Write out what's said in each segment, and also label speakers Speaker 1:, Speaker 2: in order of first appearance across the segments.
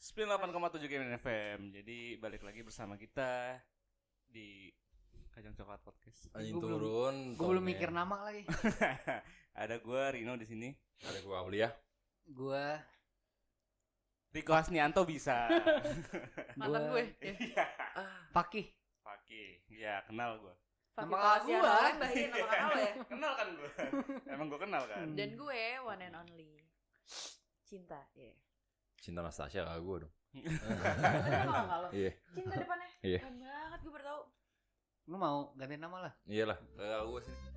Speaker 1: 98,7 Kemen FM. Jadi balik lagi bersama kita di Kacang Coklat Podcast.
Speaker 2: Anjing
Speaker 3: Gua belum-
Speaker 2: turun.
Speaker 3: Gue belum mikir nama lagi.
Speaker 1: Ada gua Rino di sini.
Speaker 2: Ada gua beli ya.
Speaker 3: Gue
Speaker 1: Riko Hasnianto bisa. Iya.
Speaker 4: mantan
Speaker 3: Gua-
Speaker 4: gue ya.
Speaker 3: Fakih.
Speaker 1: Pakai. Ya, kenal gua.
Speaker 4: Fakir
Speaker 3: Nama kakak
Speaker 4: Fauzi
Speaker 1: ah.
Speaker 3: gua.
Speaker 4: Anolen bahagia nama kakak lo ya
Speaker 1: Kenal kan gua. Emang gua kenal kan?
Speaker 3: Hmm.
Speaker 4: dan gue one and only cinta ya
Speaker 2: Cinta Nastasia kakak gua dong.
Speaker 4: yeah. kakak lo
Speaker 2: Iya.
Speaker 4: cinta depannya
Speaker 2: Iya.
Speaker 4: keren banget gue baru tahu
Speaker 3: Lu mau ganti nama lah.
Speaker 2: Iyalah, kakak gua sini.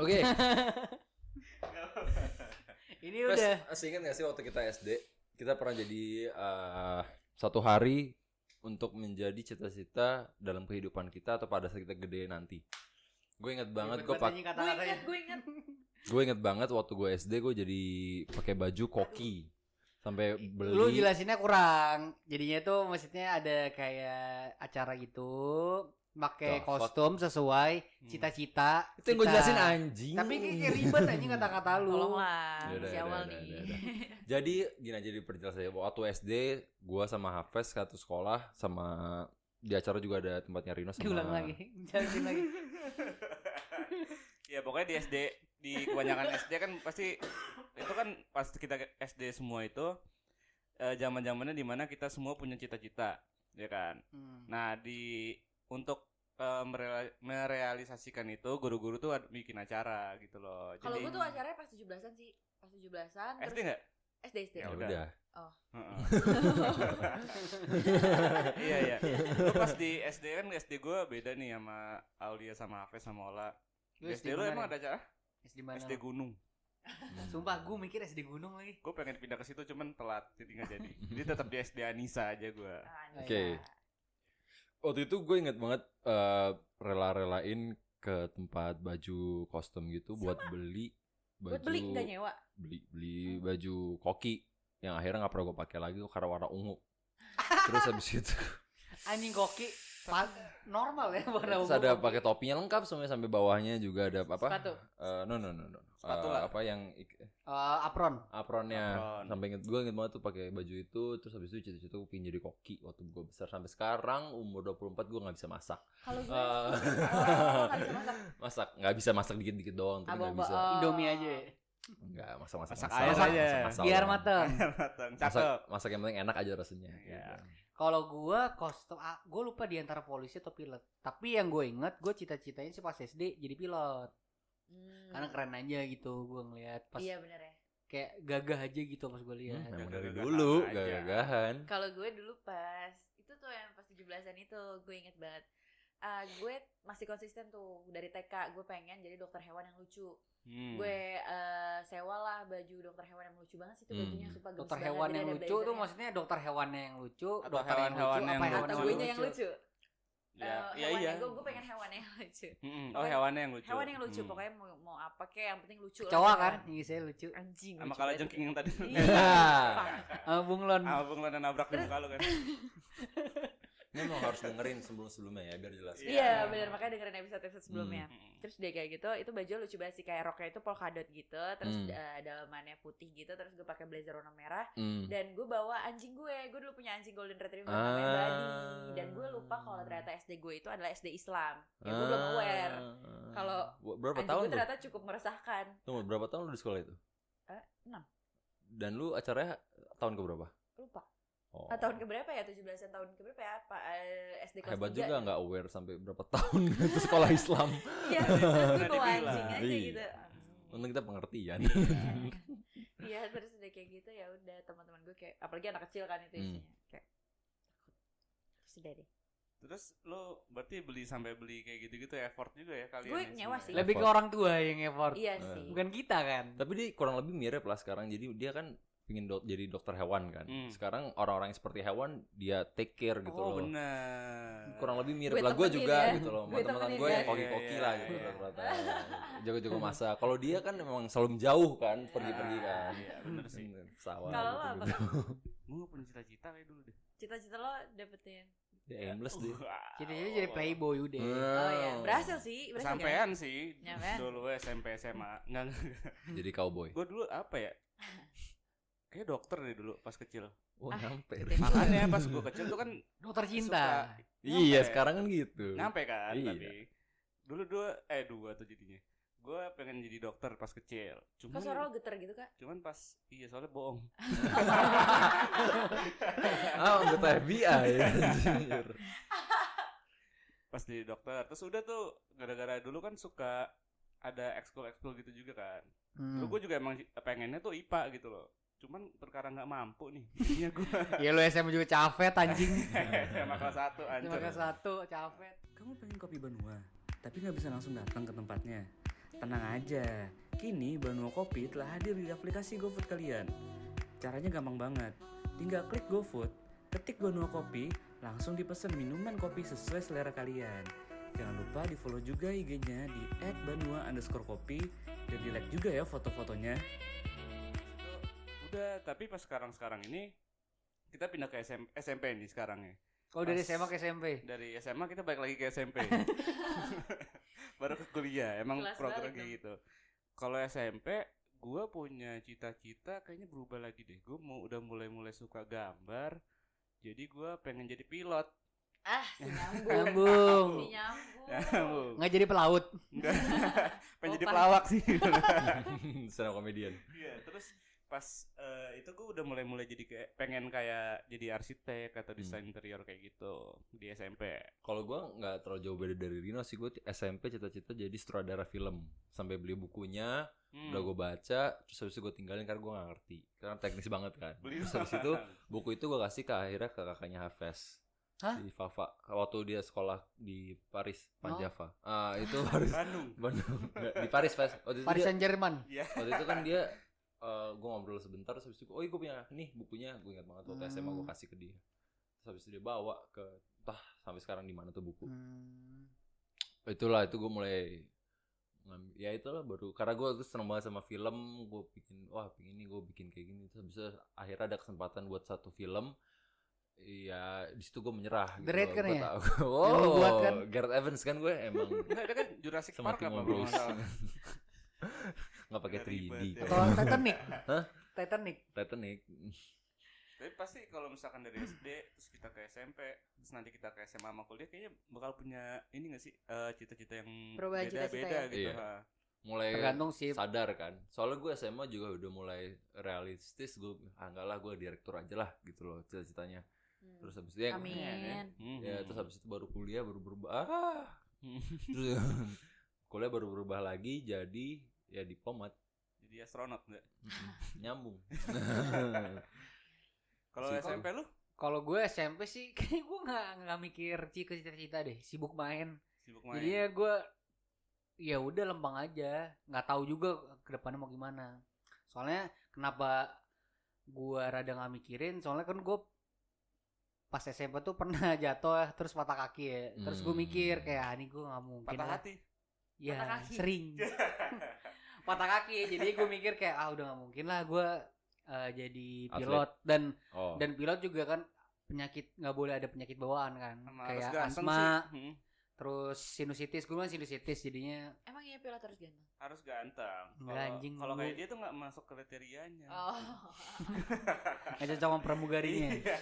Speaker 2: Oke,
Speaker 3: ya Ini
Speaker 2: terus
Speaker 3: udah.
Speaker 2: masih ingat gak sih waktu kita SD kita pernah jadi eh, satu hari untuk menjadi cita-cita dalam kehidupan kita atau pada saat kita gede nanti. Gue
Speaker 3: Iya,
Speaker 2: inget banget gue pakai
Speaker 4: gue inget gue inget
Speaker 2: Gue inget banget waktu gue SD gue jadi pakai baju koki sampai beli.
Speaker 3: Lu jelasinnya kurang. Jadinya itu maksudnya ada kayak acara gitu, pakai
Speaker 2: Coklat.
Speaker 3: kostum sesuai cita-cita.
Speaker 2: Itu yang gue
Speaker 3: kita.
Speaker 2: jelasin anjing.
Speaker 3: Tapi kayak kayak ribet aja kata-kata lu.
Speaker 4: tolonglah
Speaker 2: Udah,
Speaker 4: si
Speaker 2: udah,
Speaker 4: awal
Speaker 2: udah,
Speaker 4: nih
Speaker 2: udah, udah.
Speaker 4: iya.
Speaker 2: Jadi gini aja diperjelas aja. Waktu SD gue sama Hafes satu sekolah sama di acara juga ada tempatnya Rino sama.
Speaker 3: Diulang lagi. Jelasin lagi.
Speaker 1: ya pokoknya di SD di kebanyakan SD kan pasti itu kan pas kita ke SD semua itu eh, zaman-zamannya dimana kita semua punya cita-cita, ya kan?
Speaker 3: Hmm.
Speaker 1: Nah, di untuk eh, merela- merealisasikan itu guru-guru tuh ad- bikin acara gitu loh.
Speaker 4: kalau
Speaker 1: Jadi
Speaker 4: gue tuh acaranya pas 17an sih pas 17an
Speaker 1: SD
Speaker 4: terus
Speaker 1: enggak?
Speaker 4: SD SD
Speaker 2: Ya
Speaker 1: Ya udah.
Speaker 2: udah.
Speaker 1: Heeh. Iya iya. Lu pas di SD kan SD gue beda nih sama Aulia sama Hafiz sama Ola.
Speaker 3: Lu
Speaker 1: Di SD lu
Speaker 3: mana
Speaker 1: emang
Speaker 3: nih?
Speaker 1: ada acara?
Speaker 3: SD mana?
Speaker 1: SD Gunung.
Speaker 3: Sumpah gue mikir SD Gunung lagi.
Speaker 1: Gue pengen pindah ke situ cuman telat jadi nggak jadi. Jadi tetap di SD Anissa aja gue.
Speaker 4: Ah,
Speaker 2: Oke. Waktu itu gue inget banget eh, rela-relain ke tempat baju kostum gitu buat beli baju
Speaker 4: buat beli nggak nyewa
Speaker 2: beli beli
Speaker 3: Hmm.
Speaker 2: baju koki yang akhirnya nggak pernah gue pakai lagi tuh karena warna ungu terus habis itu
Speaker 3: Anjing koki. Pa- normal ya warna
Speaker 2: terus
Speaker 3: ungu.
Speaker 2: ada pakai topinya lengkap semuanya sampai bawahnya juga ada apa
Speaker 3: Sepatu.
Speaker 2: Eh, no no no no Eh,
Speaker 1: Sepatu lah.
Speaker 2: apa yang ik-
Speaker 3: Eh, apron.
Speaker 2: apronnya
Speaker 1: Apron.
Speaker 2: sampai inget gue inget banget tuh pakai baju itu terus habis itu cita-cita gue pengen jadi koki waktu gue besar sampai sekarang umur 24 gue nggak bisa masak
Speaker 4: kalau gue
Speaker 2: Eh,
Speaker 4: oh, nggak bisa masak Oh.
Speaker 2: masak nggak bisa masak dikit-dikit doang tapi nggak
Speaker 4: Abang-abang.
Speaker 2: bisa
Speaker 3: Indomie aja. ya.
Speaker 2: nggak masak masak
Speaker 1: Masak air aja.
Speaker 3: Biar mateng.
Speaker 1: Matang,
Speaker 2: masak,
Speaker 1: cakep.
Speaker 2: masak yang penting enak aja rasanya Gitu.
Speaker 1: Iya.
Speaker 3: Kalau gua kostum, ah, gua lupa di antara polisi atau pilot. Tapi yang gue inget, gue cita-citanya sih pas SD jadi pilot.
Speaker 4: Hmm.
Speaker 3: Karena keren aja gitu, gue ngeliat pas
Speaker 4: iya bener ya
Speaker 3: kayak gagah aja gitu pas gue
Speaker 2: Hmm,
Speaker 3: lihat.
Speaker 4: Iya,
Speaker 2: memang
Speaker 1: Gagah-gagahan
Speaker 2: dari dulu
Speaker 1: aja.
Speaker 2: gagah-gagahan.
Speaker 4: Kalau gue dulu pas itu tuh yang pas 17-an itu gue inget banget. Ah, gue masih konsisten tuh dari TK gue pengen jadi dokter hewan yang lucu.
Speaker 1: Hmm.
Speaker 4: Gue eh, sewa lah baju dokter hewan yang lucu banget sih tuh
Speaker 2: Hmm.
Speaker 4: bajunya supaya gemes
Speaker 3: Dokter
Speaker 4: banget,
Speaker 3: hewan
Speaker 4: jadi
Speaker 3: yang
Speaker 4: ada
Speaker 3: lucu tuh
Speaker 4: blazernya.
Speaker 3: maksudnya dokter hewannya yang lucu,
Speaker 1: Atau
Speaker 3: dokter yang lucu,
Speaker 1: hewan-hewan yang
Speaker 3: apa
Speaker 4: atau
Speaker 1: lucu.
Speaker 3: hewan
Speaker 4: guenya yang lucu.
Speaker 1: ya,
Speaker 4: Eh,
Speaker 1: iya
Speaker 4: hewannya,
Speaker 1: iya.
Speaker 4: Gue gue pengen hewan yang lucu.
Speaker 1: Mm-mm. Oh,
Speaker 4: Pokoknya-
Speaker 1: hewannya yang lucu.
Speaker 4: Hewan yang lucu
Speaker 1: Hmm.
Speaker 4: pokoknya mau, mau apa kek yang penting lucu. lah
Speaker 3: Kecoa
Speaker 4: hewan.
Speaker 3: kan, iya saya lucu.
Speaker 4: Anjing.
Speaker 1: Sama
Speaker 4: lucu
Speaker 1: kalau
Speaker 4: banget.
Speaker 1: jengking yang tadi.
Speaker 4: Iya.
Speaker 3: Eh, Bung Lon,
Speaker 1: Abang lo udah nabrak di muka lo kan.
Speaker 2: Ini mau harus dengerin sebelum-sebelumnya ya biar jelas.
Speaker 1: Iya.
Speaker 4: Iya bener makanya dengerin episode-episode sebelumnya.
Speaker 1: Mm.
Speaker 4: terus dia kayak gitu itu baju lucu banget sih kayak roknya itu polkadot gitu terus
Speaker 2: Hmm.
Speaker 4: eh, dalamannya putih gitu terus gue pakai blazer warna merah
Speaker 2: Hmm.
Speaker 4: dan gue bawa anjing gue gue dulu punya anjing golden retriever
Speaker 2: Ah.
Speaker 4: namanya Buddy dan gue lupa kalau ternyata SD gue itu adalah SD Islam ya gue belum aware
Speaker 2: Ah.
Speaker 4: Kalau
Speaker 2: Bu- Ah. berapa
Speaker 4: anjing
Speaker 2: tahun
Speaker 4: gue
Speaker 2: lu?
Speaker 4: ternyata cukup meresahkan
Speaker 2: Tunggu, berapa tahun lu di sekolah itu?
Speaker 4: Eh, enam.
Speaker 2: Dan lu acaranya tahun ke berapa?
Speaker 4: lupa
Speaker 2: Oh.
Speaker 4: Ah, tahun keberapa ya 17 tahun keberapa ya apa eh, SD kelas
Speaker 2: Hebat
Speaker 4: tiga.
Speaker 2: juga nggak aware sampai berapa tahun ke sekolah Islam.
Speaker 4: iya terus gue
Speaker 1: Nggak
Speaker 4: bawa
Speaker 1: dibilang.
Speaker 4: anjing aja
Speaker 2: Iya.
Speaker 4: gitu
Speaker 2: Untung kita pengertian.
Speaker 4: Iya terus udah kayak gitu ya udah teman-teman gue kayak apalagi anak kecil kan itu
Speaker 2: Hmm.
Speaker 4: isinya kayak takut. Terus udah deh.
Speaker 1: Terus lo berarti beli sampai beli kayak gitu-gitu effort juga ya kalian.
Speaker 4: Gue
Speaker 1: ya
Speaker 4: nyewa
Speaker 1: semua
Speaker 4: sih.
Speaker 1: ya?
Speaker 3: lebih ke
Speaker 2: Effort.
Speaker 3: orang tua yang effort,
Speaker 4: Iya
Speaker 2: Eh,
Speaker 4: sih.
Speaker 3: bukan kita kan.
Speaker 2: Tapi dia kurang lebih mirip lah sekarang. Jadi dia kan pingin do- jadi dokter hewan kan.
Speaker 1: Hmm.
Speaker 2: Sekarang orang-orang yang seperti hewan dia take care gitu
Speaker 1: oh
Speaker 2: loh.
Speaker 1: benar.
Speaker 2: kurang lebih mirip
Speaker 4: Gue
Speaker 2: lah gue
Speaker 4: temenin
Speaker 2: juga
Speaker 4: ya.
Speaker 2: gitu loh sama
Speaker 4: Gue
Speaker 2: teman-teman
Speaker 4: temenin
Speaker 2: gue
Speaker 4: ya.
Speaker 2: yang koki-koki
Speaker 1: Iya,
Speaker 2: lah
Speaker 1: iya,
Speaker 2: gitu
Speaker 1: iya.
Speaker 2: rata-rata jago-jago masa kalau dia kan memang selalu menjauh kan pergi-pergi
Speaker 1: Ah,
Speaker 2: kan
Speaker 1: Iya benar sih.
Speaker 2: pesawat
Speaker 4: Kalau
Speaker 2: gitu,
Speaker 4: lo apa?
Speaker 2: gitu.
Speaker 1: Gue punya cita-cita kayak dulu deh.
Speaker 4: Cita-cita lo dapetin
Speaker 2: Dia aimless deh.
Speaker 3: Cita-cita jadi playboy udah.
Speaker 2: Hmm.
Speaker 4: Oh ya, berhasil sih, berhasil kan?
Speaker 1: Sampean sih
Speaker 4: Nyampean.
Speaker 1: dulu SMP SMA. Enggak,
Speaker 2: Jadi cowboy.
Speaker 1: gue dulu apa ya? Kayak dokter deh dulu pas kecil.
Speaker 2: Wah, nyampe.
Speaker 1: Makanya pas gue kecil tuh kan ya?
Speaker 3: Dokter cinta.
Speaker 2: Iya,
Speaker 1: Nyampe.
Speaker 2: sekarang kan gitu.
Speaker 1: nyampe kan
Speaker 2: Iya.
Speaker 1: tapi dulu dua eh dua tuh jadinya. Gue pengen jadi dokter pas kecil.
Speaker 4: Kok
Speaker 1: Cuman
Speaker 4: suara lo geter gitu kak?
Speaker 1: cuman pas iya soalnya bohong.
Speaker 2: Ah, anggota FBI. Anjir.
Speaker 1: Pas jadi dokter terus udah tuh gara-gara dulu kan suka ada ekskul-ekskul gitu juga kan.
Speaker 3: Hmm.
Speaker 1: Dulu gue juga emang pengennya tuh IPA gitu loh. Cuman perkara nggak mampu nih. Jadinya gue
Speaker 3: Ya lu SMA juga cafet anjing.
Speaker 1: SMA kelas 1
Speaker 3: Terima
Speaker 1: anjir.
Speaker 3: kasih satu cafet.
Speaker 5: Kamu pengen kopi Banua, tapi nggak bisa langsung datang ke tempatnya? Tenang aja, kini Banua Kopi telah hadir di aplikasi GoFood kalian. Caranya gampang banget, tinggal klik GoFood, ketik Banua Kopi, langsung dipesan minuman kopi sesuai selera kalian. Jangan lupa di follow juga IG-nya di @banua underscore kopi dan di like juga ya foto-fotonya.
Speaker 1: Udah, tapi pas sekarang-sekarang ini kita pindah ke SM SMP nih sekarang ya.
Speaker 3: Kalau dari
Speaker 1: Pas-
Speaker 3: SMA ke SMP.
Speaker 1: Dari SMA kita balik lagi ke SMP. Baru ke kuliah, emang
Speaker 4: Kelas
Speaker 1: program
Speaker 4: balik
Speaker 1: kayak
Speaker 4: dong.
Speaker 1: gitu. Kalau SMP gua punya cita-cita kayaknya berubah lagi deh. Gue mau udah mulai-mulai suka gambar. Jadi gua pengen jadi pilot.
Speaker 4: Ah, si nyambung. si
Speaker 3: Nyambung.
Speaker 4: Oh. nyambung.
Speaker 3: Nggak jadi pelaut.
Speaker 1: Enggak. pengen jadi
Speaker 4: Opan.
Speaker 1: pelawak sih.
Speaker 2: Stand up comedian.
Speaker 1: Iya, terus pas eh, itu gue udah mulai-mulai jadi kayak pengen kayak jadi arsitek atau
Speaker 2: Hmm.
Speaker 1: desain interior kayak gitu di SMP.
Speaker 2: Kalau gua nggak terlalu jauh beda dari Rino sih, gue SMP cita-cita jadi sutradara film. Sampai beli bukunya,
Speaker 1: Hmm.
Speaker 2: udah gue baca, terus habis itu gue tinggalin karena gue gak ngerti. Karena teknis banget kan.
Speaker 1: Beli
Speaker 2: Terus habis itu buku itu gue kasih ke akhirnya ke kakaknya Hafes.
Speaker 3: Hah?
Speaker 2: Di Fafa. Waktu dia sekolah di Paris,
Speaker 3: Oh.
Speaker 2: Panjava. Ah, itu Paris.
Speaker 1: Bandung.
Speaker 2: Bandung. Nggak, di Paris, Fes. Waktu itu
Speaker 3: Paris
Speaker 2: dia-
Speaker 3: Saint Germain.
Speaker 2: waktu itu kan dia eh gue ngobrol sebentar terus habis itu oh iya gue punya nih bukunya gue ingat banget waktu SMA gue
Speaker 3: Hmm.
Speaker 2: kasih ke dia terus habis itu dia bawa ke entah sampai sekarang di mana tuh buku
Speaker 3: Hmm.
Speaker 2: itulah itu gue mulai ngam- ya itulah baru karena gue tuh seneng banget sama film gue bikin wah pingin nih gue bikin kayak gini terus habis itu akhirnya ada kesempatan buat satu film Iya, di situ gue menyerah.
Speaker 3: The Raid
Speaker 2: loh.
Speaker 3: kan
Speaker 2: Gua
Speaker 3: ya?
Speaker 2: tahu.
Speaker 3: lu
Speaker 2: Wow,
Speaker 3: buat kan?
Speaker 2: Gareth Evans kan gue emang
Speaker 1: Enggak, ada kan Jurassic
Speaker 2: sama
Speaker 1: Park apa
Speaker 2: Timo
Speaker 1: belum
Speaker 2: Bruce. Nggak pakai
Speaker 1: Nggak
Speaker 2: 3D.
Speaker 1: ribet ya.
Speaker 3: Atau Titanic.
Speaker 2: Hah?
Speaker 3: Titanic.
Speaker 2: Titanic.
Speaker 1: Tapi pasti kalau misalkan dari SD terus kita ke SMP, terus nanti kita ke SMA sama kuliah kayaknya bakal punya ini gak sih eh, cita-cita yang
Speaker 4: Perubahan
Speaker 1: beda-beda
Speaker 4: cita-cita ya?
Speaker 1: gitu.
Speaker 2: Iya.
Speaker 1: ha.
Speaker 2: Mulai
Speaker 3: Tergantung sih.
Speaker 2: sadar kan soalnya gue SMA juga udah mulai realistis gue ah, enggak lah gue direktur aja lah gitu loh cita-citanya terus habis itu ya,
Speaker 4: Hmm. Amin.
Speaker 1: Mhm.
Speaker 2: ya terus habis itu baru kuliah baru berubah ah. terus ya, kuliah baru berubah lagi jadi ya diplomat
Speaker 1: Jadi astronot enggak?
Speaker 2: Mm-mm. nyambung
Speaker 1: Kalau
Speaker 2: Sih,
Speaker 1: SMP lu
Speaker 3: Kalau gue SMP sih kayak gue nggak nggak mikir ci- ke cita-cita deh, sibuk main.
Speaker 1: sibuk main.
Speaker 3: Jadinya gue ya udah lempeng aja, nggak tahu juga ke depannya mau gimana. Soalnya kenapa gue rada nggak mikirin, soalnya kan gue pas SMP tuh pernah jatuh terus patah kaki ya. Terus gue
Speaker 2: Hmm.
Speaker 3: mikir kayak "Ah, ini gue nggak mungkin.
Speaker 1: Patah
Speaker 3: lah."
Speaker 1: hati.
Speaker 3: Ya
Speaker 4: Patah kaki.
Speaker 3: sering. patah kaki jadi gue mikir kayak ah udah nggak mungkin lah gue eh, jadi
Speaker 2: Atlet.
Speaker 3: pilot dan
Speaker 2: oh
Speaker 3: dan pilot juga kan penyakit nggak boleh ada penyakit bawaan kan
Speaker 1: Sama harus
Speaker 3: kayak
Speaker 1: ganteng
Speaker 3: asma
Speaker 1: sih. Mhm.
Speaker 3: terus sinusitis gue kan sinusitis jadinya
Speaker 4: Emang iya pilot harus ganteng?
Speaker 1: harus ganteng.
Speaker 3: Enggak,
Speaker 1: Kalau-
Speaker 3: anjing,
Speaker 1: Kalau kayak
Speaker 3: lu.
Speaker 1: dia tuh nggak masuk kriterianya.
Speaker 4: Oh.
Speaker 3: nggak cocok sama pramugarinya
Speaker 1: Iya.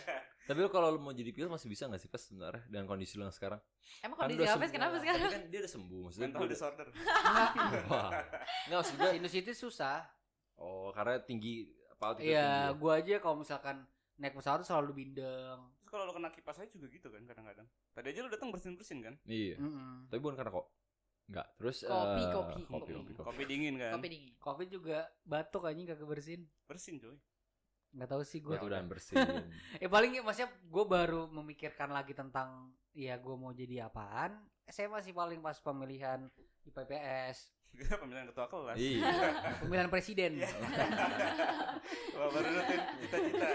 Speaker 2: tapi lo kalau lo mau jadi pilot masih bisa nggak sih pas sebenarnya dengan kondisi lo yang sekarang
Speaker 4: Emang
Speaker 2: Kan
Speaker 4: kondisi
Speaker 2: udah
Speaker 4: Hafiz
Speaker 2: sembuh.
Speaker 4: kenapa
Speaker 2: Tapi
Speaker 4: sekarang?
Speaker 2: kan dia udah sembuh maksudnya
Speaker 1: Mental
Speaker 2: dia udah-
Speaker 1: disorder.
Speaker 2: Wah. nggak maksud gue
Speaker 3: sinusitis susah
Speaker 2: oh karena tinggi apa altitude
Speaker 3: iya
Speaker 2: tinggi ya?
Speaker 3: gue aja kalau misalkan naik pesawat tuh selalu bindeng
Speaker 1: Terus kalau lu kena kipas saya juga gitu kan kadang-kadang. Tadi aja lu datang bersin-bersin kan?
Speaker 2: ya? iya
Speaker 3: Mm-mm.
Speaker 2: Tapi bukan karena kok. Enggak. Terus
Speaker 4: Kopi,
Speaker 2: eh,
Speaker 4: kopi,
Speaker 2: kopi, kopi, kopi.
Speaker 1: Kopi dingin kan?
Speaker 4: Kopi dingin.
Speaker 3: covid juga batuk anjing kagak bersin
Speaker 1: Bersin coy.
Speaker 3: nggak tahu sih gue
Speaker 2: Batu dan bersin.
Speaker 3: ya paling ya, maksudnya gue baru memikirkan lagi tentang ya gue mau jadi apaan SMA sih paling pas pemilihan IPPS
Speaker 1: Pemilihan ketua kelas. Iya.
Speaker 2: iya.
Speaker 3: pemilihan presiden
Speaker 1: Wah, baru rutin cita-cita.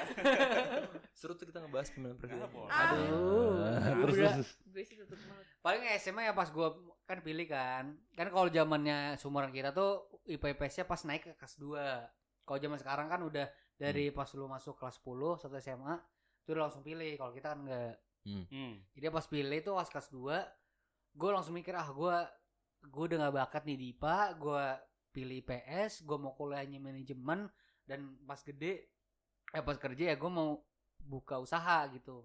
Speaker 2: Seru tuh kita ngebahas pemilihan presiden.
Speaker 1: Ah, boleh.
Speaker 3: Aduh.
Speaker 2: terus, terus,
Speaker 3: Udah.
Speaker 2: terus.
Speaker 4: Gue sih tutup mulut.
Speaker 3: paling SMA ya pas gue kan pilih kan kan kalau zamannya sumuran kita tuh IPPS-nya pas naik ke kelas 2 kalau zaman sekarang kan udah dari pas lu masuk kelas 10 satu SMA itu udah langsung pilih kalau kita kan enggak
Speaker 1: Hmm.
Speaker 3: Jadi pas pilih itu pas kelas 2 Gue langsung mikir ah gue Gue udah gak bakat nih di IPA Gue pilih PS Gue mau kuliahnya manajemen Dan pas gede Eh pas kerja ya gue mau buka usaha gitu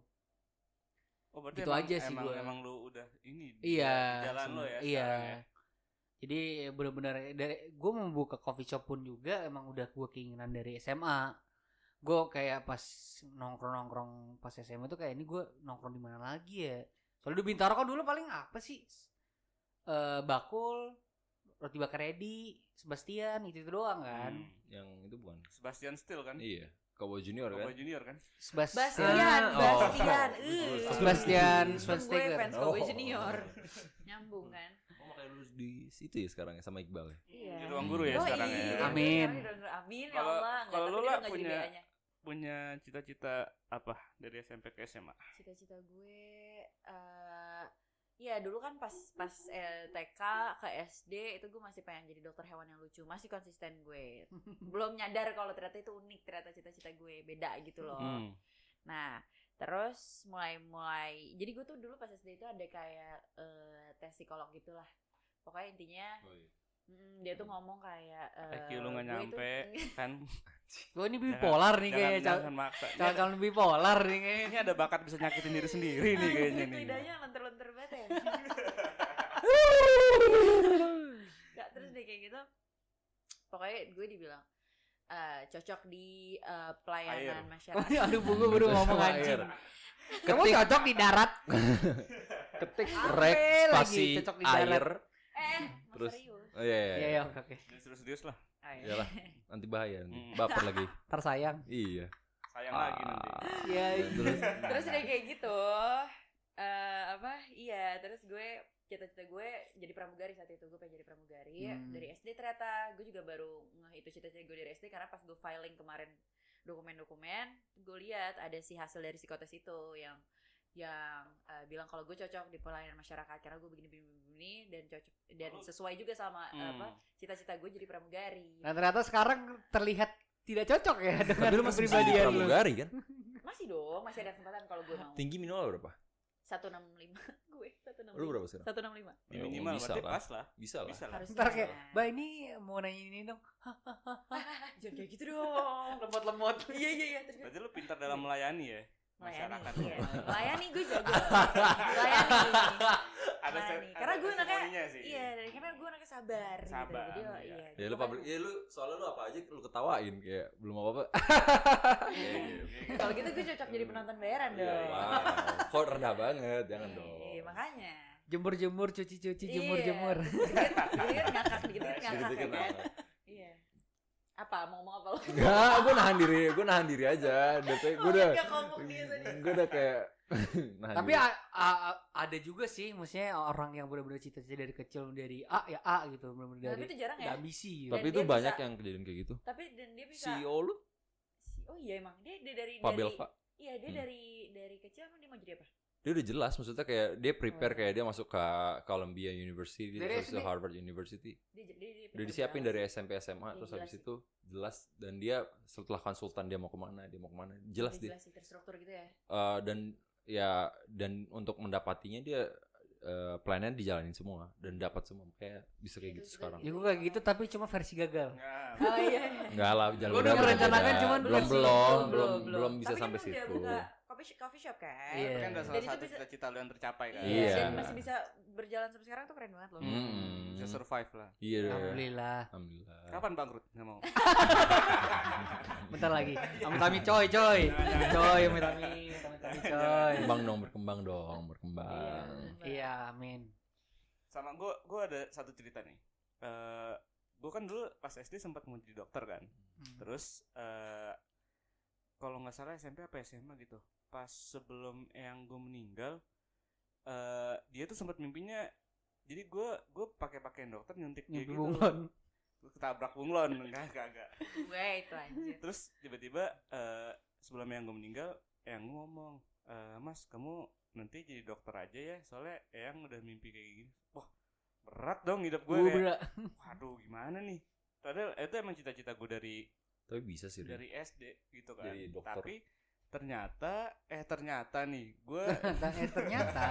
Speaker 1: Oh, berarti
Speaker 3: Gitu
Speaker 1: emang,
Speaker 3: aja sih
Speaker 1: emang,
Speaker 3: gua.
Speaker 1: emang lu udah ini di-
Speaker 3: Iya
Speaker 1: di jalan lo
Speaker 3: seneng.
Speaker 1: ya.
Speaker 3: Iya
Speaker 1: sekarang ya.
Speaker 3: Jadi bener-bener dari Gue mau buka coffee shop pun juga Emang udah gue keinginan dari SMA Gue kayak pas nongkrong-nongkrong Pas SMA tuh kayak ini gue nongkrong di mana lagi ya Soalnya di Bintaro kan dulu paling apa sih Eh Bakul Roti bakar Edi Sebastian gitu, doang kan
Speaker 1: Hmm.
Speaker 2: yang itu bukan
Speaker 1: Sebastian Steel kan?
Speaker 2: iya Cowboy Junior
Speaker 1: Boba
Speaker 2: kan
Speaker 1: Junior kan?
Speaker 3: Sebastian
Speaker 4: Bastian,
Speaker 2: Oh.
Speaker 4: Bastian,
Speaker 2: Oh.
Speaker 4: eh.
Speaker 3: Sebastian
Speaker 4: gue fans
Speaker 3: Schweinsteiger
Speaker 4: Kobe
Speaker 2: Oh.
Speaker 4: Junior. Nyambung kan?
Speaker 2: oh makanya lulus di situ ya sekarang ya sama Iqbal ya
Speaker 1: Di
Speaker 4: Iya.
Speaker 1: ruang guru ya
Speaker 2: Oh,
Speaker 1: sekarang
Speaker 4: iya.
Speaker 1: ya.
Speaker 3: Amin.
Speaker 4: Amin ya
Speaker 1: Kalau-
Speaker 4: Allah. Nggak,
Speaker 1: kalau
Speaker 4: tapi
Speaker 1: lu
Speaker 4: dia
Speaker 1: lah
Speaker 4: nggak jadi
Speaker 1: punya-
Speaker 4: BA-nya.
Speaker 1: Punya cita-cita apa dari SMP ke SMA?
Speaker 4: cita-cita gue eh ya dulu kan pas pas eh, TK ke SD itu gue masih pengen jadi dokter hewan yang lucu masih konsisten gue belum nyadar kalau ternyata itu unik ternyata cita-cita gue beda gitu loh
Speaker 1: Hmm.
Speaker 4: nah terus mulai mulai jadi gue tuh dulu pas SD itu ada kayak eh, tes psikolog gitulah pokoknya intinya mm, dia tuh ngomong kayak eh,
Speaker 1: IQ lu nggak
Speaker 4: gue tuh-
Speaker 1: nyampe kan?
Speaker 3: Gue Oh, ini bipolar nih
Speaker 1: jangan,
Speaker 3: kayaknya
Speaker 1: jangan maksa. Ini ada-
Speaker 3: Calon bipolar nih kayaknya
Speaker 1: Ini ada bakat bisa nyakitin diri sendiri nih kayaknya
Speaker 4: Anjir,
Speaker 1: nih.
Speaker 4: lidahnya Gitu lentur-lentur banget ya Gak terus deh kayak gitu Pokoknya gue dibilang eh, cocok di eh, pelayanan masyarakat
Speaker 3: Oh, iya, Aduh bu gue baru ngomong anjing Kamu cocok di darat
Speaker 2: ketik
Speaker 4: Apa
Speaker 2: rek
Speaker 3: lagi
Speaker 2: spasi
Speaker 3: cocok di darat?
Speaker 2: air
Speaker 4: Eh, mau
Speaker 2: Terus.
Speaker 4: serius
Speaker 2: oh iya
Speaker 3: Iya
Speaker 2: iya
Speaker 3: iya oke oke
Speaker 1: Jangan Serius-serius lah.
Speaker 4: Oh, iya.
Speaker 2: iyalah nanti bahaya nanti.
Speaker 1: Hmm.
Speaker 2: baper lagi
Speaker 3: Tersayang
Speaker 2: iya
Speaker 1: Sayang lagi nanti.
Speaker 2: Ah,
Speaker 3: Iya
Speaker 2: terus
Speaker 4: Terus udah kayak gitu eh, Apa, iya terus gue cita-cita gue jadi pramugari saat itu gue pengen jadi pramugari
Speaker 3: Hmm.
Speaker 4: dari SD ternyata gue juga baru ngeh itu cita-cita gue dari SD karena pas gue filing kemarin dokumen-dokumen gue lihat ada si hasil dari psikotes itu yang yang eh, bilang kalau gue cocok di pelayanan masyarakat karena gue begini-begini dan cocok dan sesuai juga sama eh,
Speaker 1: Hmm.
Speaker 4: apa cita-cita gue jadi pramugari
Speaker 3: Nah ternyata sekarang terlihat tidak cocok ya dengan
Speaker 2: tapi lu masih bisa jadi
Speaker 3: kepribadian lu.
Speaker 2: pramugari kan
Speaker 4: masih dong masih ada kesempatan kalau gue mau
Speaker 2: tinggi minimal berapa
Speaker 4: 165 gue 165
Speaker 2: lu berapa sekarang
Speaker 4: 165
Speaker 1: Di
Speaker 2: Ya,
Speaker 1: minimal
Speaker 2: bisa
Speaker 1: berarti
Speaker 2: lah.
Speaker 1: pas lah.
Speaker 2: bisa lah
Speaker 1: Bisa lah.
Speaker 4: harus
Speaker 3: Ntar kayak, Mbak ini mau nanya ini dong
Speaker 4: jangan kayak gitu dong lemot-lemot iya iya iya terus gue,
Speaker 1: Berarti lu pintar dalam melayani ya.
Speaker 4: melayani
Speaker 1: Masyarakat. ya.
Speaker 4: iya. melayani gue jago
Speaker 1: Iya.
Speaker 4: melayani
Speaker 1: Ada
Speaker 4: Melayani.
Speaker 1: ser-
Speaker 4: Karena
Speaker 1: ada
Speaker 4: gue anaknya-
Speaker 1: seremoninya sih.
Speaker 4: iya dari karena gue anaknya sabar
Speaker 1: Sabar,
Speaker 4: gitu. jadi
Speaker 1: iya.
Speaker 4: oh, iya
Speaker 2: ya
Speaker 4: gue
Speaker 2: lu
Speaker 4: kan-
Speaker 2: public ya lu soalnya lu apa aja lu ketawain kayak belum apa apa
Speaker 4: Iya,
Speaker 1: Iya,
Speaker 4: kalau gitu gue cocok jadi penonton bayaran dong
Speaker 2: wow kok rendah banget jangan dong
Speaker 4: Iya, makanya
Speaker 3: Jemur-jemur, cuci-cuci,
Speaker 4: Iya.
Speaker 3: jemur-jemur
Speaker 4: jadi kan ngakak dikit dikit ngakak
Speaker 2: Dikit-dikit
Speaker 4: ya kan
Speaker 2: apa.
Speaker 4: iya apa mau ngomong apa lo
Speaker 2: Enggak, gue nahan diri, gue nahan diri aja. Dari gue Ya, udah,
Speaker 4: Nggak ngomong iya, dia tadi
Speaker 2: gue udah kayak nahan
Speaker 3: Tapi
Speaker 2: diri.
Speaker 3: a- a- a- ada juga sih Maksudnya orang yang benar-benar cita-cita dari kecil Dari A ya A gitu Benar-benar dari
Speaker 4: tapi itu jarang
Speaker 3: Ada
Speaker 4: ya
Speaker 3: ambisi gitu
Speaker 2: tapi
Speaker 4: dan
Speaker 2: itu
Speaker 4: dia
Speaker 2: banyak
Speaker 4: bisa-
Speaker 2: yang kejadian kayak gitu.
Speaker 4: tapi dan dia bisa E
Speaker 2: CEO lu,
Speaker 4: oh iya emang dia, dia dari
Speaker 2: Pak
Speaker 4: dari
Speaker 2: Belva,
Speaker 4: iya dia
Speaker 2: Hmm.
Speaker 4: dari dari kecil emang dia mau jadi apa
Speaker 2: dia udah jelas. Maksudnya kayak dia
Speaker 4: Oh.
Speaker 2: prepare kayak dia masuk ke Columbia University,
Speaker 3: Dari
Speaker 2: terus ke
Speaker 3: SD.
Speaker 2: Harvard University.
Speaker 4: dia, dia, dia,
Speaker 2: Udah disiapin dari SMP SMA,
Speaker 4: Iya,
Speaker 2: terus
Speaker 4: jelas
Speaker 2: habis
Speaker 4: sih.
Speaker 2: itu jelas. Dan dia setelah konsultan dia mau kemana, dia mau kemana, jelas dia.
Speaker 4: jelas sih, terstruktur gitu ya
Speaker 2: Eh, dan ya dan untuk mendapatinya dia eh, plannya dijalanin semua dan dapat semua kayak bisa kayak
Speaker 4: Itu
Speaker 2: gitu
Speaker 4: juga
Speaker 2: sekarang.
Speaker 3: Ya gue kayak gitu tapi cuma versi gagal
Speaker 1: Nah,
Speaker 4: oh iya
Speaker 2: Enggak lah, jalan
Speaker 3: Gua udah
Speaker 2: berbeda.
Speaker 3: merencanakan, cuman
Speaker 2: belum
Speaker 3: versi-
Speaker 2: belum
Speaker 3: belum,
Speaker 2: belum
Speaker 4: belum.
Speaker 2: belum bisa
Speaker 4: Tapi kan
Speaker 2: sampai
Speaker 4: lu udah
Speaker 2: situ.
Speaker 4: buka coffee shop, coffee shop kan
Speaker 3: Iya.
Speaker 1: Kan ada
Speaker 4: Dan
Speaker 1: salah
Speaker 4: itu
Speaker 1: satu
Speaker 4: bisa-
Speaker 1: cita-cita lu yang tercapai kan.
Speaker 2: Iya.
Speaker 4: dan masih bisa berjalan sampai sekarang tuh keren banget loh
Speaker 2: Hmm.
Speaker 1: Bisa survive lah.
Speaker 2: Iya.
Speaker 3: Alhamdulillah
Speaker 2: Alhamdulillah.
Speaker 1: Kapan bangkrut? Nggak mau.
Speaker 3: Bentar lagi. Amitami coy coy. Coy amitami, amitami coy.
Speaker 2: Berkembang dong, berkembang dong, berkembang.
Speaker 3: Iya, amin.
Speaker 1: Sama gue, gue ada satu cerita nih. Eh, gue kan dulu pas SD sempat mau jadi dokter kan.
Speaker 3: Hmm.
Speaker 1: Terus eh kalau nggak salah SMP apa SMA gitu. Pas sebelum yang gue meninggal, eh dia tuh sempat mimpinya. Jadi gue gue pakai pakaian dokter nyuntik dia
Speaker 3: Mimpi
Speaker 1: gitu.
Speaker 3: bunglon.
Speaker 1: Gua ketabrak bunglon, enggak enggak enggak.
Speaker 4: gue itu anjir
Speaker 1: Terus tiba-tiba eh sebelum yang gue meninggal, yang ngomong, "Eh, Mas kamu nanti jadi dokter aja ya, soalnya yang udah mimpi kayak gini. Wah berat dong hidup gue.
Speaker 3: Gue
Speaker 1: kayak,
Speaker 3: bener.
Speaker 1: Waduh gimana nih? Padahal itu emang cita-cita gue dari
Speaker 2: Tapi bisa sih. Rin.
Speaker 1: dari SD gitu kan.
Speaker 2: Jadi dokter.
Speaker 1: Tapi ternyata eh ternyata nih gue
Speaker 3: Dan eh, ternyata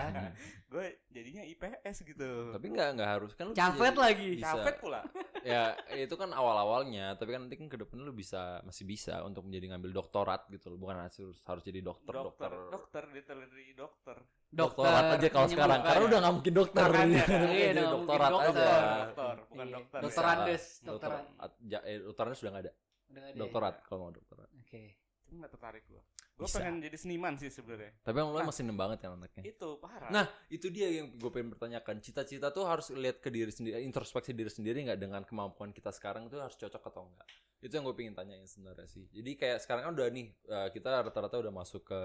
Speaker 1: gue jadinya IPS gitu
Speaker 2: tapi nggak nggak harus kan lu bisa
Speaker 3: Cafet
Speaker 1: Iya.
Speaker 2: jadi-
Speaker 3: lagi.
Speaker 2: bisa-
Speaker 1: capek pula
Speaker 2: ya itu kan awal awalnya tapi kan nanti kan ke depan lu bisa masih bisa untuk menjadi ngambil doktorat gitu loh bukan harus harus jadi dokter dokter,
Speaker 1: dokter dokter literally dokter
Speaker 2: doktorat aja kalau sekarang karena udah nggak mungkin dokter
Speaker 1: Makanya.
Speaker 2: Jadi
Speaker 3: ya. Iya, udah nggak mungkin
Speaker 2: doktorat
Speaker 3: dokter.
Speaker 2: aja
Speaker 1: dokter dokter bukan
Speaker 3: Iya.
Speaker 1: dokter
Speaker 3: Dokter
Speaker 1: ya.
Speaker 3: Andes,
Speaker 2: dokter
Speaker 3: dokteran.
Speaker 2: at- ja- eh, dokteran sudah nggak ada
Speaker 3: Udah nggak ada ya?
Speaker 2: doktorat kalau mau doktorat
Speaker 3: Oke.
Speaker 1: Cuma nggak tertarik gue gue
Speaker 2: Bisa.
Speaker 1: pengen jadi seniman sih sebenarnya
Speaker 2: tapi yang lu
Speaker 3: Ah.
Speaker 1: Nah.
Speaker 2: masih banget kan anaknya
Speaker 1: itu parah
Speaker 2: Nah, itu dia yang gue pengen pertanyakan. Cita-cita tuh harus lihat ke diri sendiri, introspeksi diri sendiri nggak dengan kemampuan kita sekarang tuh harus cocok atau enggak. Itu yang gue pengen tanyain sebenarnya sih. Jadi kayak sekarang kan udah nih eh, kita rata-rata udah masuk ke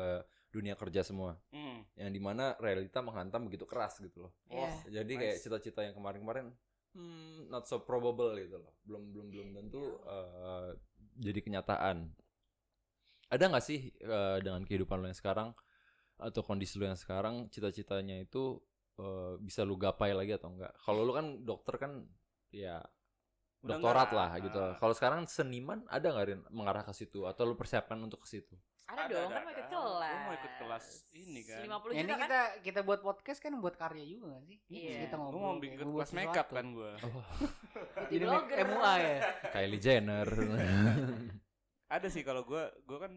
Speaker 2: dunia kerja semua,
Speaker 1: Hmm.
Speaker 2: yang dimana realita menghantam begitu keras gitu loh.
Speaker 4: Iya.
Speaker 1: Wah,
Speaker 2: Jadi
Speaker 1: Nice.
Speaker 2: kayak cita-cita yang kemarin-kemarin, hmm, not so probable gitu loh. Belum belum belum
Speaker 1: Iya,
Speaker 2: tentu eh, jadi kenyataan. Ada nggak sih eh, dengan kehidupan lo yang sekarang atau kondisi lo yang sekarang cita-citanya itu eh, bisa lu gapai lagi atau enggak? Kalau lu kan dokter kan ya
Speaker 1: Udah
Speaker 2: doktorat
Speaker 1: enggak,
Speaker 2: lah gitu.
Speaker 1: ah.
Speaker 2: Kalau sekarang seniman ada nggak Rin, mengarah ke situ atau lu persiapkan untuk ke situ?
Speaker 4: Ada,
Speaker 1: Ada,
Speaker 4: dong,
Speaker 1: ada,
Speaker 4: kan
Speaker 1: ada.
Speaker 4: mau ikut kelas.
Speaker 1: Gua mau ikut kelas ini kan.
Speaker 3: Ya,
Speaker 4: 50
Speaker 3: ini
Speaker 4: juta kan.
Speaker 3: kita kita buat podcast kan buat karya juga gak sih?
Speaker 4: Iya.
Speaker 3: Kita
Speaker 1: gue
Speaker 3: ngobrol.
Speaker 1: mau
Speaker 3: kayak
Speaker 1: bikin
Speaker 3: buat
Speaker 1: kelas makeup
Speaker 3: sesuatu.
Speaker 1: kan gue
Speaker 4: Jadi
Speaker 3: Jadi make-
Speaker 4: blogger.
Speaker 3: MUA ya.
Speaker 2: Kylie Jenner.
Speaker 1: ada sih kalau gue gue kan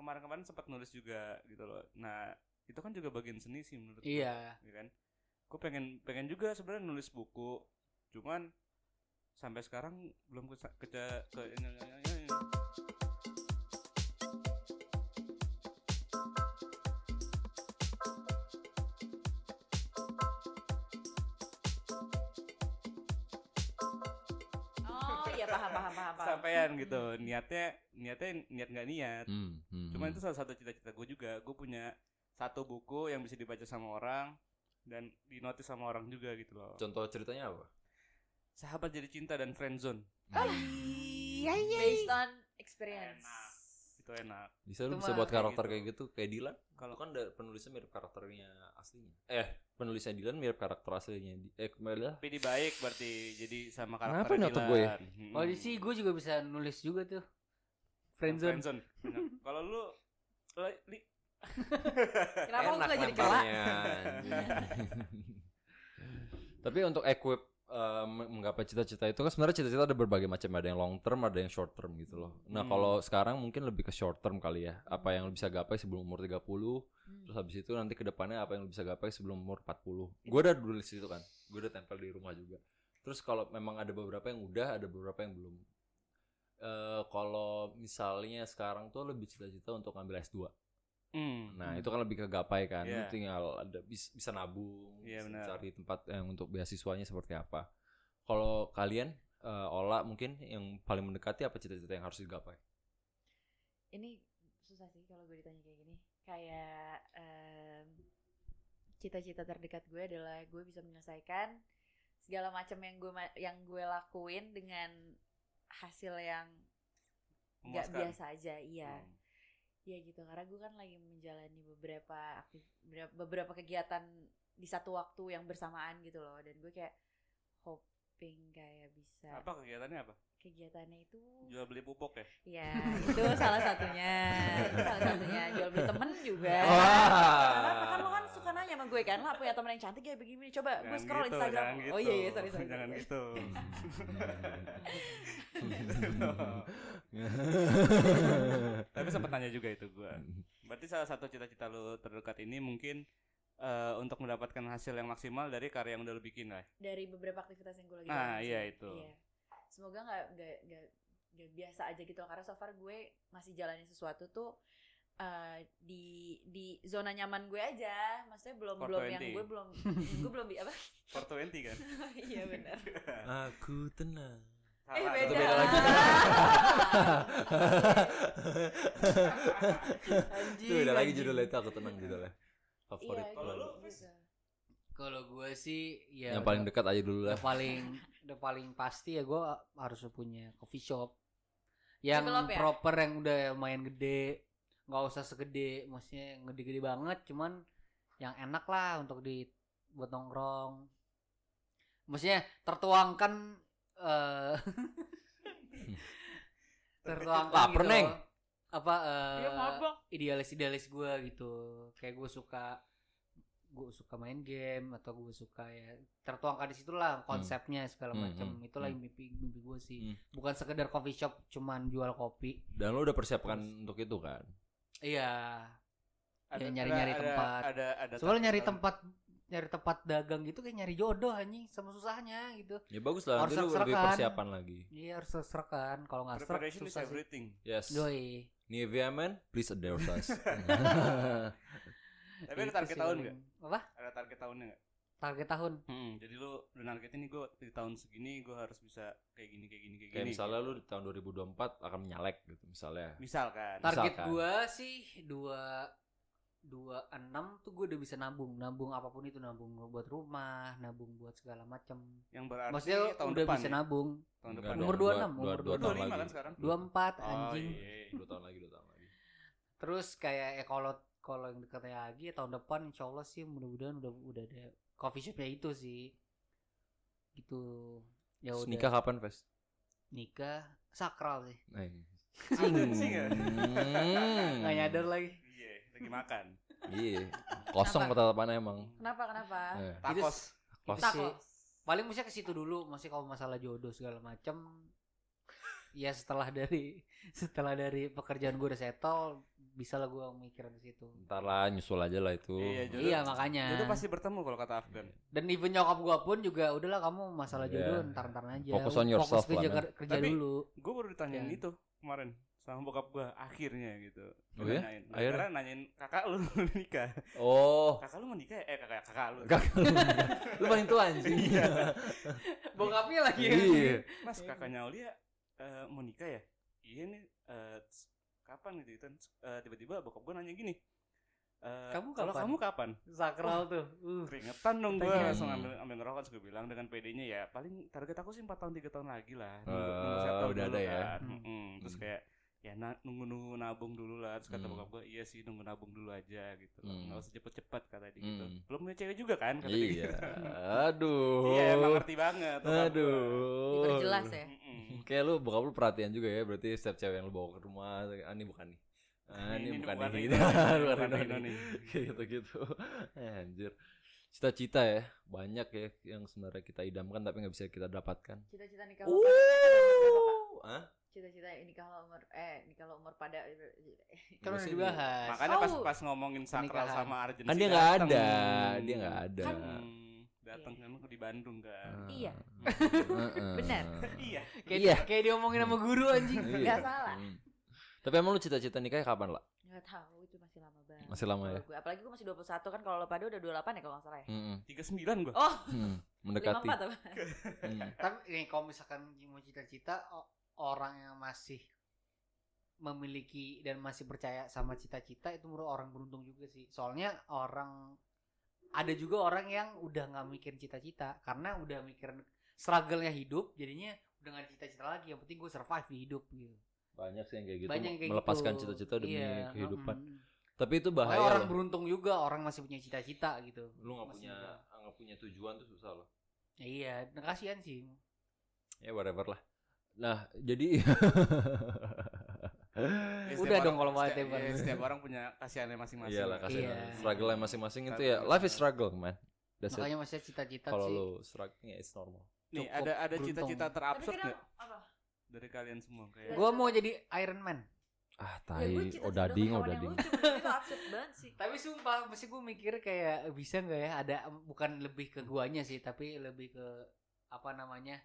Speaker 1: kemarin-kemarin sempat nulis juga gitu loh nah itu kan juga bagian seni sih menurut gua.
Speaker 3: Iya.
Speaker 1: ya kan gue pengen pengen juga sebenarnya nulis buku cuman sampai sekarang belum ke ke, ke
Speaker 4: Oh iya paham paham paham paham.
Speaker 1: sampean gitu niatnya niatnya niat nggak niat
Speaker 2: Hmm, hmm,
Speaker 1: cuman
Speaker 2: hmm.
Speaker 1: itu salah satu cita-cita gue juga gue punya satu buku yang bisa dibaca sama orang dan dinotis sama orang juga gitu loh
Speaker 2: contoh ceritanya apa?
Speaker 1: sahabat jadi cinta dan friendzone
Speaker 2: Nah, Ah,
Speaker 3: Iya iya.
Speaker 4: Based on experience.
Speaker 1: Enak. itu enak
Speaker 2: Bisa lu
Speaker 3: Itu
Speaker 2: bisa
Speaker 3: mah
Speaker 2: buat
Speaker 1: kayak
Speaker 2: karakter
Speaker 1: gitu.
Speaker 2: kayak gitu, kayak Dylan. Kalau
Speaker 1: kalau
Speaker 2: kan da- penulisnya mirip karakternya aslinya. Eh, penulisnya Dylan mirip karakter aslinya. Di- Eh, kembali lah.
Speaker 1: PD baik berarti jadi sama
Speaker 2: Kenapa
Speaker 1: karakter Hmm.
Speaker 2: nyatet gue ya?
Speaker 3: Kalau di sih gue juga bisa nulis juga tuh. Friendzone.
Speaker 1: friendzone Bener. kalau lu lu- li,
Speaker 4: Kenapa lu gak
Speaker 2: namparnya,
Speaker 4: jadi kelak?
Speaker 2: anjing. Tapi untuk equip eh, meng- menggapai cita-cita itu kan sebenarnya cita-cita ada berbagai macam ada yang long term ada yang short term gitu loh nah
Speaker 1: Hmm.
Speaker 2: kalau sekarang mungkin lebih ke short term kali ya apa yang lu bisa gapai sebelum umur 30
Speaker 4: Hmm.
Speaker 2: terus habis itu nanti ke depannya apa yang lu bisa gapai sebelum umur 40 gue udah dulu di situ kan gue udah tempel di rumah juga terus kalau memang ada beberapa yang udah ada beberapa yang belum Eh, kalau misalnya sekarang tuh lebih cita-cita untuk ngambil S2
Speaker 1: Hmm.
Speaker 2: Nah
Speaker 3: Hmm.
Speaker 2: itu kan lebih kegapai kan, Lu
Speaker 1: Iya.
Speaker 2: tinggal ada bis- bisa, nabung,
Speaker 1: Iya,
Speaker 2: bisa
Speaker 1: benar.
Speaker 2: cari tempat yang untuk beasiswanya seperti apa. Kalau kalian eh, Ola mungkin yang paling mendekati apa cita-cita yang harus digapai?
Speaker 4: ini susah sih kalau gue ditanya kayak gini kayak em, cita-cita terdekat gue adalah gue bisa menyelesaikan segala macam yang gue ma- yang gue lakuin dengan hasil yang nggak
Speaker 1: Memuaskan.
Speaker 4: biasa aja iya
Speaker 1: Hmm.
Speaker 4: Iya gitu karena gue kan lagi menjalani beberapa aktif bera- beberapa kegiatan di satu waktu yang bersamaan gitu loh dan gue kayak hoping kayak bisa
Speaker 1: apa kegiatannya apa
Speaker 4: kegiatannya itu
Speaker 1: jual beli pupuk ya
Speaker 4: Ya, itu salah satunya. Itu salah satunya jual beli temen juga.
Speaker 1: Iya.
Speaker 2: Wah.
Speaker 4: Karena kan lo kan suka nanya sama gue kan, lah punya temen yang cantik ya begini. Coba gue
Speaker 1: Jangan
Speaker 4: scroll
Speaker 1: gitu,
Speaker 4: Instagram.
Speaker 1: jangan
Speaker 4: Oh
Speaker 1: gitu.
Speaker 4: iya iya, sorry sorry.
Speaker 1: jangan
Speaker 4: sorry. Hmm.
Speaker 1: gitu tapi sempat tanya juga itu gua berarti salah satu cita-cita lu terdekat ini mungkin eh, untuk mendapatkan hasil yang maksimal dari karya yang udah lu bikin lah
Speaker 4: Dari beberapa aktivitas yang gue lagi
Speaker 1: Nah,
Speaker 4: jalanin
Speaker 1: iya
Speaker 4: sih.
Speaker 1: itu.
Speaker 4: Semoga nggak nggak nggak nggak biasa aja gitu loh. karena so far gue masih jalanin sesuatu tuh eh, di di zona nyaman gue aja. Maksudnya belum belum yang
Speaker 1: 420.
Speaker 4: gue belum gue belum bi- apa?
Speaker 1: 420 kan
Speaker 4: iya benar.
Speaker 2: Aku tenang.
Speaker 4: Eh
Speaker 1: Salah.
Speaker 4: beda.
Speaker 2: Itu beda lagi.
Speaker 3: Anjing.
Speaker 2: Itu beda lagi
Speaker 3: anjing.
Speaker 2: judulnya itu aku tenang judulnya. Favorit.
Speaker 4: Iya,
Speaker 1: Kalau
Speaker 4: gitu.
Speaker 1: lu, Fis?
Speaker 4: Gitu.
Speaker 3: Kalau gue sih ya
Speaker 2: yang paling
Speaker 3: udah-
Speaker 2: dekat aja dulu lah.
Speaker 3: udah paling udah paling pasti ya gue harus punya coffee shop yang
Speaker 4: Develop ya?
Speaker 3: proper yang udah lumayan gede nggak usah segede maksudnya yang gede-gede banget cuman yang enak lah untuk di buat nongkrong maksudnya tertuangkan eh tertuangkan
Speaker 2: Lapar,
Speaker 3: gitu
Speaker 2: Neng.
Speaker 3: loh. apa eh,
Speaker 1: Iya,
Speaker 4: Dia mabok.
Speaker 3: idealis-idealis gue gitu kayak gue suka gue suka main game atau gue suka ya tertuangkan di situlah konsepnya segala
Speaker 2: Hmm,
Speaker 3: macam
Speaker 2: hmm,
Speaker 3: itulah
Speaker 2: hmm.
Speaker 3: mimpi mimpi gue sih
Speaker 2: Hmm.
Speaker 3: bukan sekedar coffee shop cuman jual kopi
Speaker 2: Dan lo udah persiapkan untuk itu kan?
Speaker 3: iya Ya,
Speaker 1: Ada-
Speaker 3: nyari-nyari
Speaker 1: ada-
Speaker 3: tempat.
Speaker 1: Ada ada
Speaker 3: soalnya nyari
Speaker 1: tantangan.
Speaker 3: tempat nyari tempat dagang gitu kayak nyari jodoh anjing sama susahnya gitu
Speaker 2: Ya bagus lah, nanti lo
Speaker 3: Harus
Speaker 2: lebih
Speaker 3: serkan.
Speaker 2: persiapan lagi.
Speaker 3: iya harus serkan kalau nggak serak
Speaker 1: Preparation is
Speaker 3: susah sih
Speaker 1: everything.
Speaker 2: Yes.
Speaker 3: doi
Speaker 2: Nivea man, please endorse us.
Speaker 1: Tapi ada
Speaker 3: Itu
Speaker 1: target
Speaker 3: sih
Speaker 1: tahun
Speaker 3: paling-
Speaker 1: nggak?
Speaker 3: apa
Speaker 1: Ada target tahunnya nggak?
Speaker 3: target tahun
Speaker 1: Hmm, jadi lu udah nargetin nih gue di tahun segini gue harus bisa kayak gini kayak gini kayak
Speaker 2: Kayak
Speaker 1: gini.
Speaker 2: misalnya lo di tahun 2024 akan menyalek gitu misalnya.
Speaker 1: Misalkan.
Speaker 3: target
Speaker 2: Misalkan.
Speaker 3: gua sih dua dua enam tuh gua udah bisa nabung nabung apapun itu nabung buat rumah nabung buat segala macam
Speaker 1: yang berarti
Speaker 3: maksudnya
Speaker 1: tahun
Speaker 3: udah
Speaker 1: depan.
Speaker 3: bisa
Speaker 1: ya?
Speaker 3: nabung kan?
Speaker 1: Tahun
Speaker 2: Enggak
Speaker 1: depan.
Speaker 2: dong,
Speaker 3: Umur
Speaker 2: dua-
Speaker 3: 26,
Speaker 2: dua-
Speaker 3: umur
Speaker 2: dua tahun
Speaker 1: 25
Speaker 2: lagi.
Speaker 1: kan sekarang?
Speaker 3: dua empat
Speaker 1: Oh,
Speaker 3: anjing
Speaker 1: iya.
Speaker 2: Eh, Dua tahun lagi, dua tahun lagi.
Speaker 3: terus kayak eh, kalau kalau yang dekatnya lagi ya tahun depan insya Allah sih mudah-mudahan udah udah ada coffee shopnya itu sih gitu ya
Speaker 2: Terus
Speaker 3: udah
Speaker 2: Nikah kapan, Fes? Eh.
Speaker 3: nikah sakral sih
Speaker 2: Nah,
Speaker 1: Anjing ya?
Speaker 3: nggak nyadar lagi
Speaker 1: Iya, lagi makan.
Speaker 2: Hmm. Iya, kosong ketatapannya emang.
Speaker 4: Kenapa kenapa?
Speaker 2: Eh,
Speaker 1: Tacos.
Speaker 2: kos.
Speaker 3: Itu sih.
Speaker 4: Takut.
Speaker 3: paling bisa ke situ dulu masih kalau masalah jodoh segala macam ya setelah dari setelah dari pekerjaan gue udah settle bisa lah gue mikirin ke situ
Speaker 2: Ntar lah, nyusul aja lah itu.
Speaker 1: Iya, jodoh.
Speaker 3: iya makanya Iya.
Speaker 1: Itu pasti bertemu kalau kata Afgan.
Speaker 3: dan even nyokap gue pun juga udahlah kamu masalah
Speaker 2: Iya.
Speaker 3: jodoh ntar ntar aja
Speaker 2: Focus on yourself
Speaker 3: kerja
Speaker 2: lah,
Speaker 3: kerja
Speaker 1: Tapi-
Speaker 3: dulu
Speaker 1: Gue baru ditanyain
Speaker 3: Iya.
Speaker 1: itu kemarin sama bokap gue akhirnya gitu.
Speaker 2: Oh
Speaker 1: Dia
Speaker 2: ya?
Speaker 1: nanyain.
Speaker 2: Akhirnya?
Speaker 1: Karena nanyain kakak lu nikah.
Speaker 2: Oh,
Speaker 1: Kakak lu menikah ya? Eh kakak kakak lu.
Speaker 2: Kakak lu. lu paling tua anjing.
Speaker 1: Iya.
Speaker 3: bokapnya lagi
Speaker 2: Iya.
Speaker 1: Mas kakaknya Aulia eh, mau nikah ya? Iya nih eh, s- kapan gitu Ethan? S- eh, tiba-tiba bokap gue nanya gini. eh,
Speaker 3: Kamu
Speaker 1: Kalau
Speaker 3: kapan?"
Speaker 1: kamu kapan?
Speaker 3: sakral tuh uh.
Speaker 1: Keringetan dong gue
Speaker 3: Keringetan.
Speaker 1: langsung ambil ambil ngerokok terus gue bilang dengan PD-nya ya paling target aku sih 4 tahun 3 tahun lagi lah.
Speaker 2: Eh,
Speaker 1: settle
Speaker 2: udah
Speaker 1: dulu
Speaker 2: ada ya.
Speaker 1: kan.
Speaker 3: Hmm.
Speaker 1: Mm-mm. Terus
Speaker 2: Hmm.
Speaker 1: kayak ya na- nunggu-nunggu nabung dulu lah terus kata
Speaker 2: Hmm.
Speaker 1: bokap gue iya sih nunggu nabung dulu aja gitu loh
Speaker 2: Hmm.
Speaker 1: nggak usah cepet-cepet kata dia gitu
Speaker 2: Hmm.
Speaker 1: belum punya cewek juga kan kata dia
Speaker 2: Iya.
Speaker 1: gitu.
Speaker 2: Aduh.
Speaker 1: iya emang ngerti banget bokap gua.
Speaker 2: Aduh.
Speaker 4: Diperjelas ya.
Speaker 1: Mm-mm.
Speaker 2: Kayak lu bokap lu perhatian juga ya, berarti setiap cewek yang lu bawa ke rumah, ah, ini bukan nih. Ah, ini, bukan nih. Gitu. Bukan
Speaker 1: bukan
Speaker 2: Rino
Speaker 1: Rino
Speaker 2: nih.
Speaker 1: nih.
Speaker 2: Kayak gitu-gitu. Eh, Anjir. Cita-cita ya, banyak ya yang sebenarnya kita idamkan tapi nggak bisa kita dapatkan.
Speaker 4: Cita-cita nikah lo
Speaker 2: Uh, Hah?
Speaker 4: cita-cita nikah lo umur eh nikah lo umur pada
Speaker 3: kan
Speaker 2: Gua
Speaker 3: udah
Speaker 2: sih-
Speaker 3: dibahas
Speaker 1: Makanya pas
Speaker 4: Oh.
Speaker 1: pas ngomongin sakral
Speaker 3: Pernikahan.
Speaker 1: sama Arjen
Speaker 2: Kan
Speaker 1: sih
Speaker 2: dia nggak
Speaker 1: dateng.
Speaker 2: ada, dia nggak
Speaker 3: Kan
Speaker 2: ada. Iya. Ah.
Speaker 1: Hmm, datang kan di Bandung kan.
Speaker 4: Kan Iya.
Speaker 2: Heeh.
Speaker 4: Benar.
Speaker 1: Iya.
Speaker 3: kayak
Speaker 2: Iya.
Speaker 3: kayak diomongin sama guru anjing
Speaker 2: Iya.
Speaker 4: Nggak salah.
Speaker 2: Hmm. Tapi emang lu cita-cita nikahnya kapan lah?
Speaker 4: nggak tahu itu masih lama banget
Speaker 2: Masih lama ya?
Speaker 4: Kalau gue apalagi gue masih 21 kan kalau lo pada udah 28 ya kalau nggak salah ya
Speaker 2: Mm-mm.
Speaker 1: 39 gua.
Speaker 4: oh
Speaker 2: Hmm. Mendekati.
Speaker 4: 54 apa
Speaker 2: Hmm.
Speaker 3: tapi ini kalau misalkan mau cita-cita o- orang yang masih memiliki dan masih percaya sama cita-cita itu menurut orang beruntung juga sih soalnya orang ada juga orang yang udah nggak mikirin cita-cita karena udah mikirin struggle-nya hidup jadinya udah nggak ada cita-cita lagi yang penting gue survive di hidup gitu
Speaker 2: Banyak sih yang kayak gitu.
Speaker 3: banyak yang kayak
Speaker 2: melepaskan
Speaker 3: gitu.
Speaker 2: cita-cita demi
Speaker 3: Iya,
Speaker 2: kehidupan.
Speaker 3: mm-mm.
Speaker 2: Tapi itu
Speaker 3: Makanya
Speaker 2: bahaya.
Speaker 3: orang
Speaker 2: loh.
Speaker 3: beruntung juga orang masih punya cita-cita gitu
Speaker 2: lu nggak
Speaker 3: Masih
Speaker 2: punya
Speaker 3: muda.
Speaker 2: nggak punya tujuan tuh susah loh
Speaker 3: Ya iya nah, kasihan sih
Speaker 2: ya whatever lah nah jadi
Speaker 1: Ya,
Speaker 3: udah
Speaker 1: setiap orang-
Speaker 3: dong kalau mau
Speaker 1: setiap,
Speaker 3: table.
Speaker 1: ya, setiap orang punya kasihannya masing-masing.
Speaker 2: iyalah kasih
Speaker 3: Iya.
Speaker 2: struggle yang masing-masing itu ya life is struggle man That's it.
Speaker 3: makanya masih cita-cita
Speaker 2: kalau
Speaker 3: sih
Speaker 2: lu struggling ya it's normal
Speaker 1: Nih,
Speaker 3: Cukup
Speaker 1: ada ada
Speaker 3: beruntung.
Speaker 1: cita-cita
Speaker 4: tapi
Speaker 1: terabsurd
Speaker 4: kadang
Speaker 1: nggak
Speaker 4: apa
Speaker 1: dari kalian semua kayak
Speaker 2: Oh.
Speaker 3: gue mau jadi Iron Man
Speaker 2: ah
Speaker 4: ya gue
Speaker 2: tai
Speaker 4: cita-cita
Speaker 2: odading
Speaker 4: sama yang
Speaker 2: odading
Speaker 4: lucu menurut gue itu absurd banget sih
Speaker 3: Tapi sumpah, mesti gue mikir kayak bisa nggak ya ada bukan lebih ke guanya sih, tapi lebih ke apa namanya?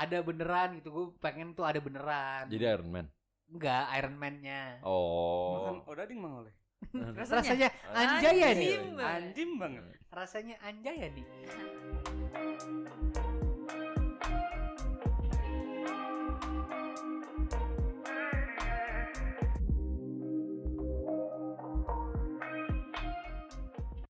Speaker 3: Ada beneran gitu. Gue pengen tuh ada beneran.
Speaker 2: jadi Iron Man
Speaker 3: enggak Iron Man-nya.
Speaker 1: makan
Speaker 2: oh
Speaker 1: odading bang oleh.
Speaker 3: Rasanya anjay ya nih.
Speaker 4: Anjing banget.
Speaker 1: Anjim banget.
Speaker 3: Rasanya anjay ya nih.